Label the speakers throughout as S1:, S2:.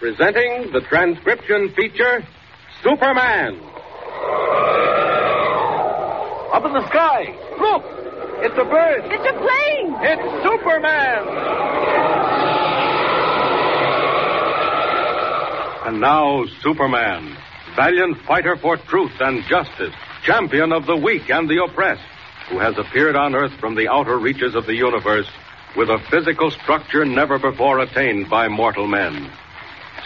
S1: presenting the transcription feature Superman. Up in the sky, look! It's a bird! It's a plane! It's Superman! And now, Superman, valiant fighter for truth and justice, champion of the weak and the oppressed, who has appeared on Earth from the outer reaches of the universe with a physical structure never before attained by mortal men.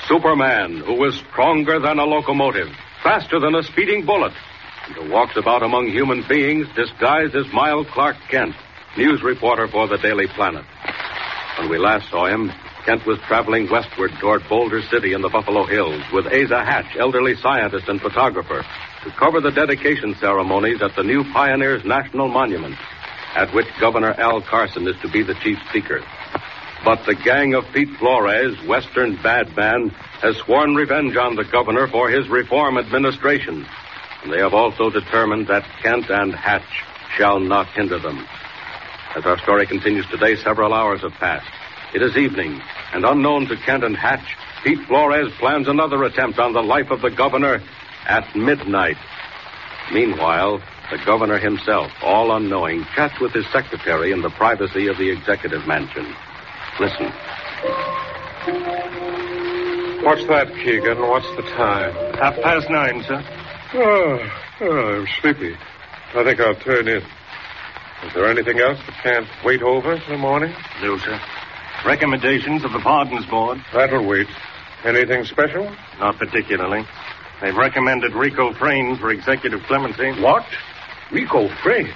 S1: Superman, who is stronger than a locomotive, faster than a speeding bullet, and who walks about among human beings disguised as Miles Clark Kent, news reporter for the Daily Planet. When we last saw him, Kent was traveling westward toward Boulder City in the Buffalo Hills with Asa Hatch, elderly scientist and photographer, to cover the dedication ceremonies at the new Pioneers National Monument, at which Governor Al Carson is to be the chief speaker. But the gang of Pete Flores, Western bad man, has sworn revenge on the governor for his reform administration. And they have also determined that Kent and Hatch shall not hinder them. As our story continues today, several hours have passed. It is evening, and unknown to Kent and Hatch, Pete Flores plans another attempt on the life of the governor at midnight. Meanwhile, the governor himself, all unknowing, chats with his secretary in the privacy of the executive mansion. Listen.
S2: What's that, Keegan? What's the time?
S3: Half past nine, sir.
S2: Oh, oh, I'm sleepy. I think I'll turn in. Is there anything else that can't wait over till morning?
S3: No, sir. Recommendations of the Pardons Board?
S2: That'll wait. Anything special?
S3: Not particularly. They've recommended Rico Frayne for executive clemency.
S2: What? Rico Frayne?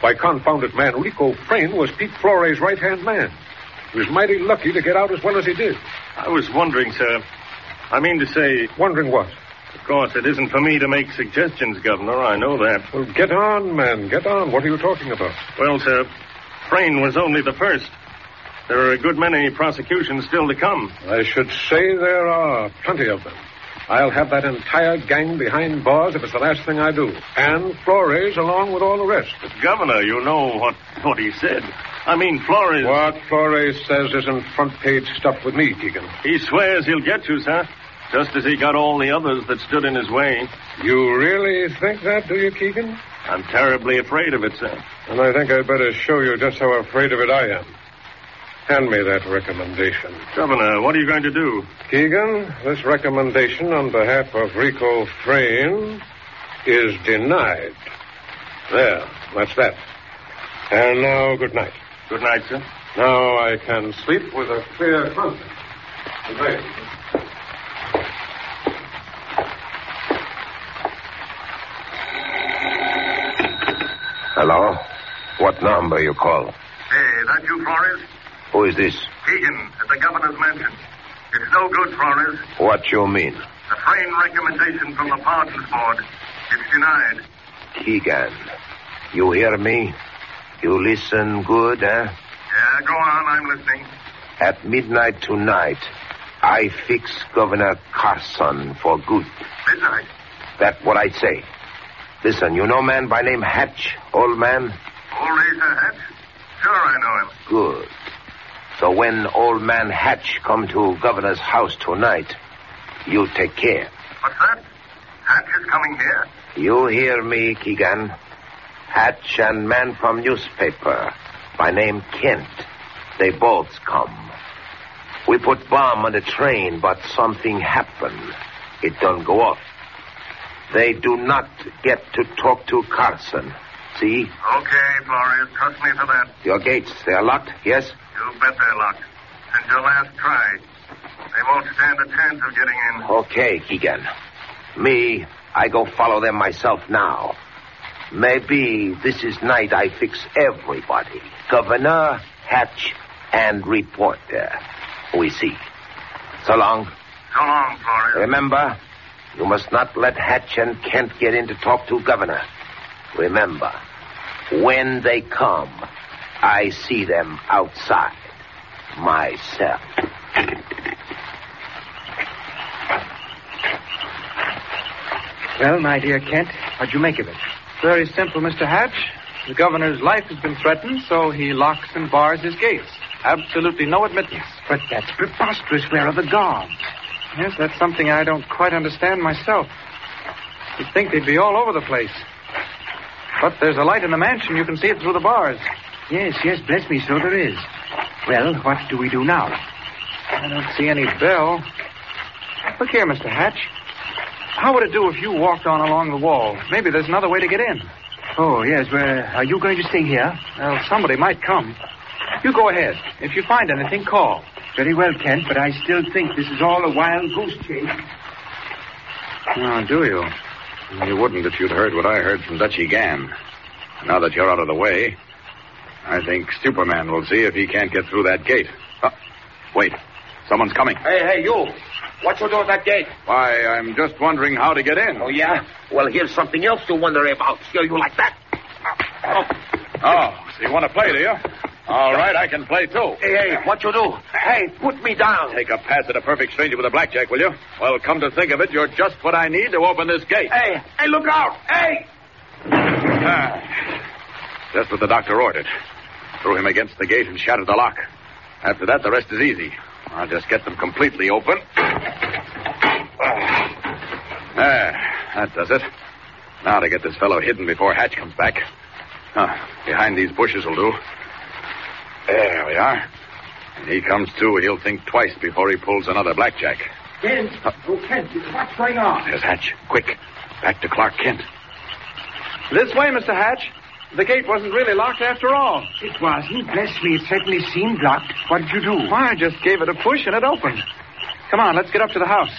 S2: By confounded man, Rico Frayne was Pete Flores' right-hand man. He was mighty lucky to get out as well as he did.
S3: I was wondering, sir. I mean to say,
S2: Wondering what?
S3: of course, it isn't for me to make suggestions, Governor. I know that.
S2: Well, get on, man. Get on. What are you talking about?
S3: Well, sir, Frayne was only the first. There are a good many prosecutions still to come.
S2: I should say there are plenty of them. I'll have that entire gang behind bars if it's the last thing I do. And Flores along with all the rest.
S3: But, Governor, you know what, what he said. I mean, Flores.
S2: What Flores says isn't front page stuff with me, Keegan.
S3: He swears he'll get you, sir. Just as he got all the others that stood in his way.
S2: You really think that, do you, Keegan?
S3: I'm terribly afraid of it, sir.
S2: And I think I'd better show you just how afraid of it I am. Hand me that recommendation.
S3: Governor, what are you going to do?
S2: Keegan, this recommendation on behalf of Rico Frayne is denied. There, that's that. And now, good night.
S3: Good night, sir.
S2: Now I can sleep with a clear conscience. Good night.
S4: Hello? What number you call?
S5: Hey, that you, Flores?
S4: Who is this?
S5: Keegan, at the governor's mansion. It's no good, Flores.
S4: What you mean?
S5: The frame recommendation from the pardons board. It's denied.
S4: Keegan. You hear me? You listen good, eh?
S5: Yeah, go on. I'm listening.
S4: At midnight tonight, I fix Governor Carson for good.
S5: Midnight.
S4: That what I say. Listen, you know man by name Hatch, old man?
S5: Old Asa Hatch? Sure, I know him.
S4: Good. So when old man Hatch come to governor's house tonight, you take care.
S5: What's that? Hatch is coming here?
S4: You hear me, Keegan? Hatch and man from newspaper by name Kent. They both come. We put bomb on the train, but something happened. It don't go off. They do not get to talk to Carson. See?
S5: Okay, Flores, trust me for that.
S4: Your gates, they are locked, yes?
S5: You bet they're locked. Since your last try, they won't stand a chance of getting in.
S4: Okay, Keegan. Me, I go follow them myself now. Maybe this is night I fix everybody. Governor, Hatch, and reporter. We see. So long.
S5: So long, Flores.
S4: Remember, you must not let Hatch and Kent get in to talk to Governor. Remember, when they come, I see them outside myself.
S6: Well, my dear Kent, what'd you make of it?
S7: Very simple, Mr. Hatch. The governor's life has been threatened, so he locks and bars his gates. Absolutely no admittance.
S6: But that's preposterous. Where are the guards?
S7: Yes, that's something I don't quite understand myself. You'd think they'd be all over the place. But there's a light in the mansion. You can see it through the bars.
S6: Yes, yes, bless me, so there is. Well, what do we do now?
S7: I don't see any bell. Look here, Mr. Hatch. How would it do if you walked on along the wall? Maybe there's another way to get in.
S6: Oh, yes, well, are you going to stay here?
S7: Well, somebody might come. You go ahead. If you find anything, call.
S6: Very well, Kent, but I still think this is all a wild goose chase.
S8: Oh, do you? You wouldn't if you'd heard what I heard from Dutchy Gann. Now that you're out of the way, I think Superman will see if he can't get through that gate. Uh, wait, someone's coming.
S9: Hey, hey, you! What you do at that gate?
S8: Why, I'm just wondering how to get in.
S9: Oh, yeah? Well, here's something else to wonder about. Scare you like that? Oh.
S8: Oh, so you want to play, do you? All right, I can play too.
S9: Hey, hey, what you do? Hey, put me down.
S8: Take a pass at a perfect stranger with a blackjack, will you? Well, come to think of it, you're just what I need to open this gate.
S9: Hey, hey, look out! Hey!
S8: Ah, just what the doctor ordered. Threw him against the gate and shattered the lock. After that, the rest is easy. I'll just get them completely open. There, that does it. Now to get this fellow hidden before Hatch comes back. Huh, behind these bushes will do. There we are. When he comes to, he'll think twice before he pulls another blackjack.
S9: Kent, oh, Kent, what's going on?
S8: There's Hatch. Quick, back to Clark Kent.
S7: This way, Mr. Hatch. The gate wasn't really locked after all.
S6: It wasn't. Bless me, it certainly seemed locked. What did you do?
S7: Why, I just gave it a push and it opened. Come on, let's get up to the house.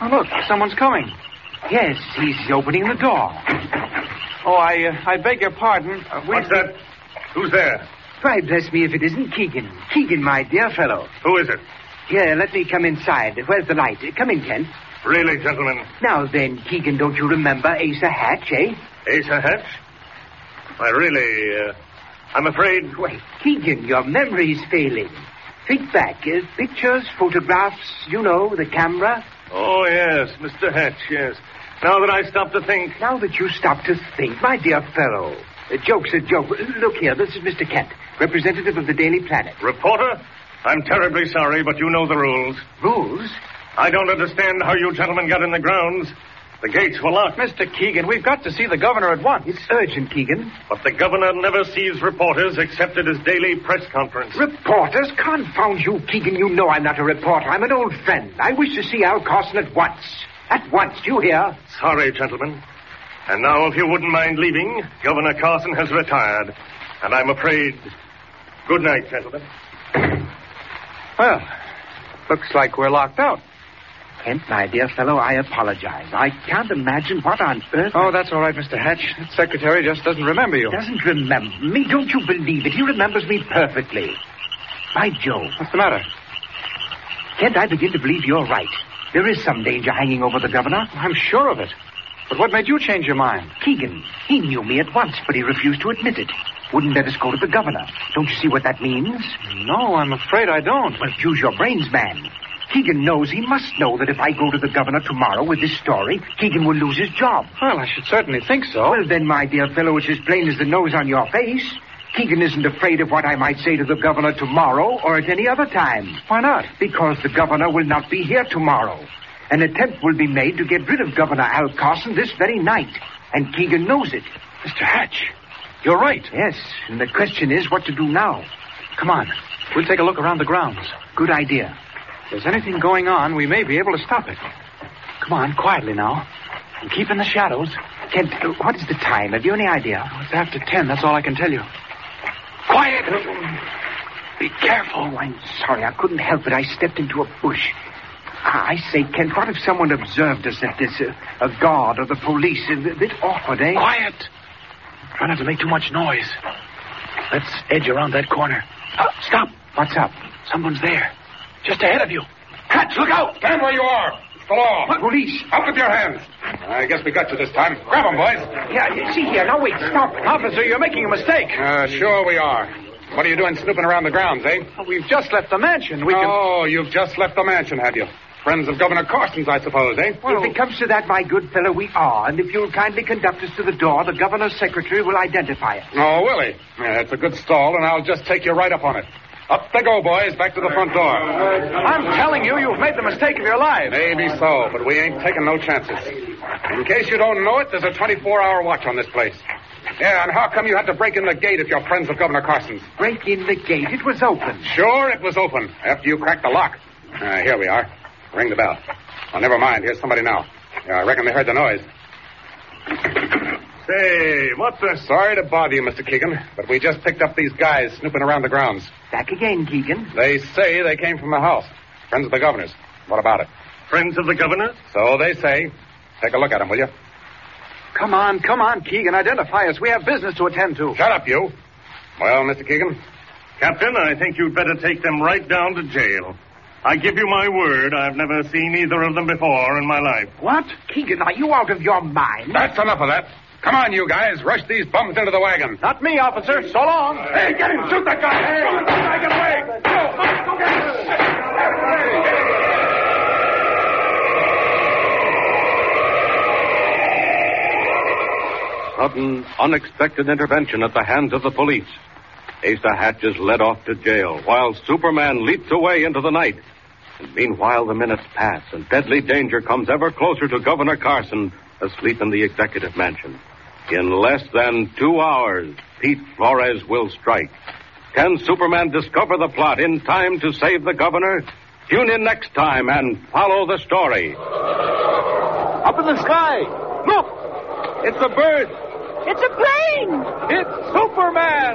S7: Oh, look, someone's coming.
S6: Yes, he's opening the door.
S7: Oh, I uh, I beg your pardon. Uh, we-
S2: What's that? Who's there?
S6: Why, bless me if it isn't Keegan. Keegan, my dear fellow.
S2: Who is it?
S6: Here, let me come inside. Where's the light? Come in, Kent.
S2: Really, gentlemen,
S6: Now then, Keegan, don't you remember Asa Hatch, eh?
S2: Asa Hatch? I really, uh, I'm afraid.
S6: Wait, Keegan, your memory's failing. Think back. Uh, pictures, photographs, you know, the camera.
S2: Oh, yes, Mr. Hatch, yes. Now that I stop to think.
S6: Now that you stop to think, my dear fellow, a joke's a joke. Uh, Look here, this is Mr. Kent, representative of the Daily Planet.
S2: Reporter, I'm terribly sorry, but you know the rules.
S6: Rules?
S2: I don't understand how you gentlemen got in the grounds. The gates were locked,
S7: Mr. Keegan, we've got to see the governor at once.
S6: It's urgent, Keegan.
S2: but the governor never sees reporters except at his daily press conference.
S6: Reporters? Confound you, Keegan. You know I'm not a reporter. I'm an old friend. I wish to see Al Carson at once. At once, do you hear?
S2: Sorry, gentlemen. And now, if you wouldn't mind leaving, Governor Carson has retired. And I'm afraid. Good night, gentlemen.
S7: Well, looks like we're locked out.
S6: Kent, my dear fellow, I apologize. I can't imagine what on earth.
S7: Oh, that's all right, Mr. Hatch. That secretary just doesn't remember you.
S6: doesn't remember me. Don't you believe it? He remembers me perfectly. By Jove.
S7: What's the matter?
S6: Kent, I begin to believe you're right. There is some danger hanging over the governor.
S7: I'm sure of it. But what made you change your mind?
S6: Keegan, he knew me at once, but he refused to admit it. Wouldn't let us go to the governor. Don't you see what that means?
S7: No, I'm afraid I don't.
S6: Well, use your brains, man. Keegan knows he must know that if I go to the governor tomorrow with this story, Keegan will lose his job.
S7: Well, I should certainly think so.
S6: Well, then, my dear fellow, it's as plain as the nose on your face. Keegan isn't afraid of what I might say to the governor tomorrow or at any other time. Why not? Because the governor will not be here tomorrow. An attempt will be made to get rid of Governor Al Carson this very night, and Keegan knows it.
S10: Mr. Hatch, you're right.
S6: Yes, and the question is what to do now.
S7: Come on. We'll take a look around the grounds.
S6: Good idea.
S7: If there's anything going on, we may be able to stop it. Come on, quietly now. And keep in the shadows.
S6: Kent, uh, what is the time? Have you any idea?
S7: It's after ten, that's all I can tell you. Quiet! Be careful.
S6: Oh, I'm sorry. I couldn't help it. I stepped into a bush. Ah, I I say, Kent, what if someone observed us at this? Uh, a guard or the police? A bit awkward, eh?
S10: Quiet! Try not to make too much noise. Let's edge around that corner. Uh, stop!
S6: What's up?
S10: Someone's there. Just ahead of you. Hatch, look out!
S2: Stand where you are. It's the law.
S6: Police.
S2: Up with your hands. I guess we got you this time. Grab 'em, boys.
S6: Yeah, you see here. Now, wait, stop it.
S7: Officer, you're making a mistake.
S2: Uh, sure we are. What are you doing snooping around the grounds, eh?
S7: We've just left the mansion. We can.
S2: Oh, you've just left the mansion, have you? Friends of Governor Carson's, I suppose, eh?
S6: Well, if it comes to that, my good fellow, we are. And if you'll kindly conduct us to the door, the governor's secretary will identify us.
S2: Oh, Willie. Yeah, it's a good stall, and I'll just take you right up on it. Up they go, boys, back to the front door.
S7: I'm telling you, you've made the mistake of your life.
S2: Maybe so, but we ain't taking no chances. In case you don't know it, there's a 24 hour watch on this place. Yeah, and how come you had to break in the gate if you're friends of Governor Carson's?
S6: Break in the gate. It was open.
S2: Sure, it was open after you cracked the lock. Uh, here we are. Ring the bell. Oh, never mind. Here's somebody now. Yeah, I reckon they heard the noise.
S3: Say, what's the...
S2: Sorry to bother you, Mr. Keegan, but we just picked up these guys snooping around the grounds.
S6: Back again, Keegan.
S2: They say they came from the house. Friends of the governor's. What about it?
S3: Friends of the governor?
S2: So they say. Take a look at them, will you?
S7: Come on, come on, Keegan. Identify us. We have business to attend to.
S2: Shut up, you. Well, Mr. Keegan?
S3: Captain, I think you'd better take them right down to jail. I give you my word, I've never seen either of them before in my life.
S6: What? Keegan, are you out of your mind?
S2: That's enough of that. Come on, you guys. Rush these bums into the wagon.
S7: Not me, officer. So long.
S2: Hey, get him. Shoot that guy. Hey, Shoot that guy. Get away. Go. Go get him.
S1: Sudden, unexpected intervention at the hands of the police. Asa Hatch is led off to jail while Superman leaps away into the night. And meanwhile, the minutes pass and deadly danger comes ever closer to Governor Carson asleep in the executive mansion. In less than two hours, Pete Flores will strike. Can Superman discover the plot in time to save the governor? Tune in next time and follow the story.
S11: Up in the sky! Look! It's a bird!
S12: It's a plane!
S11: It's Superman!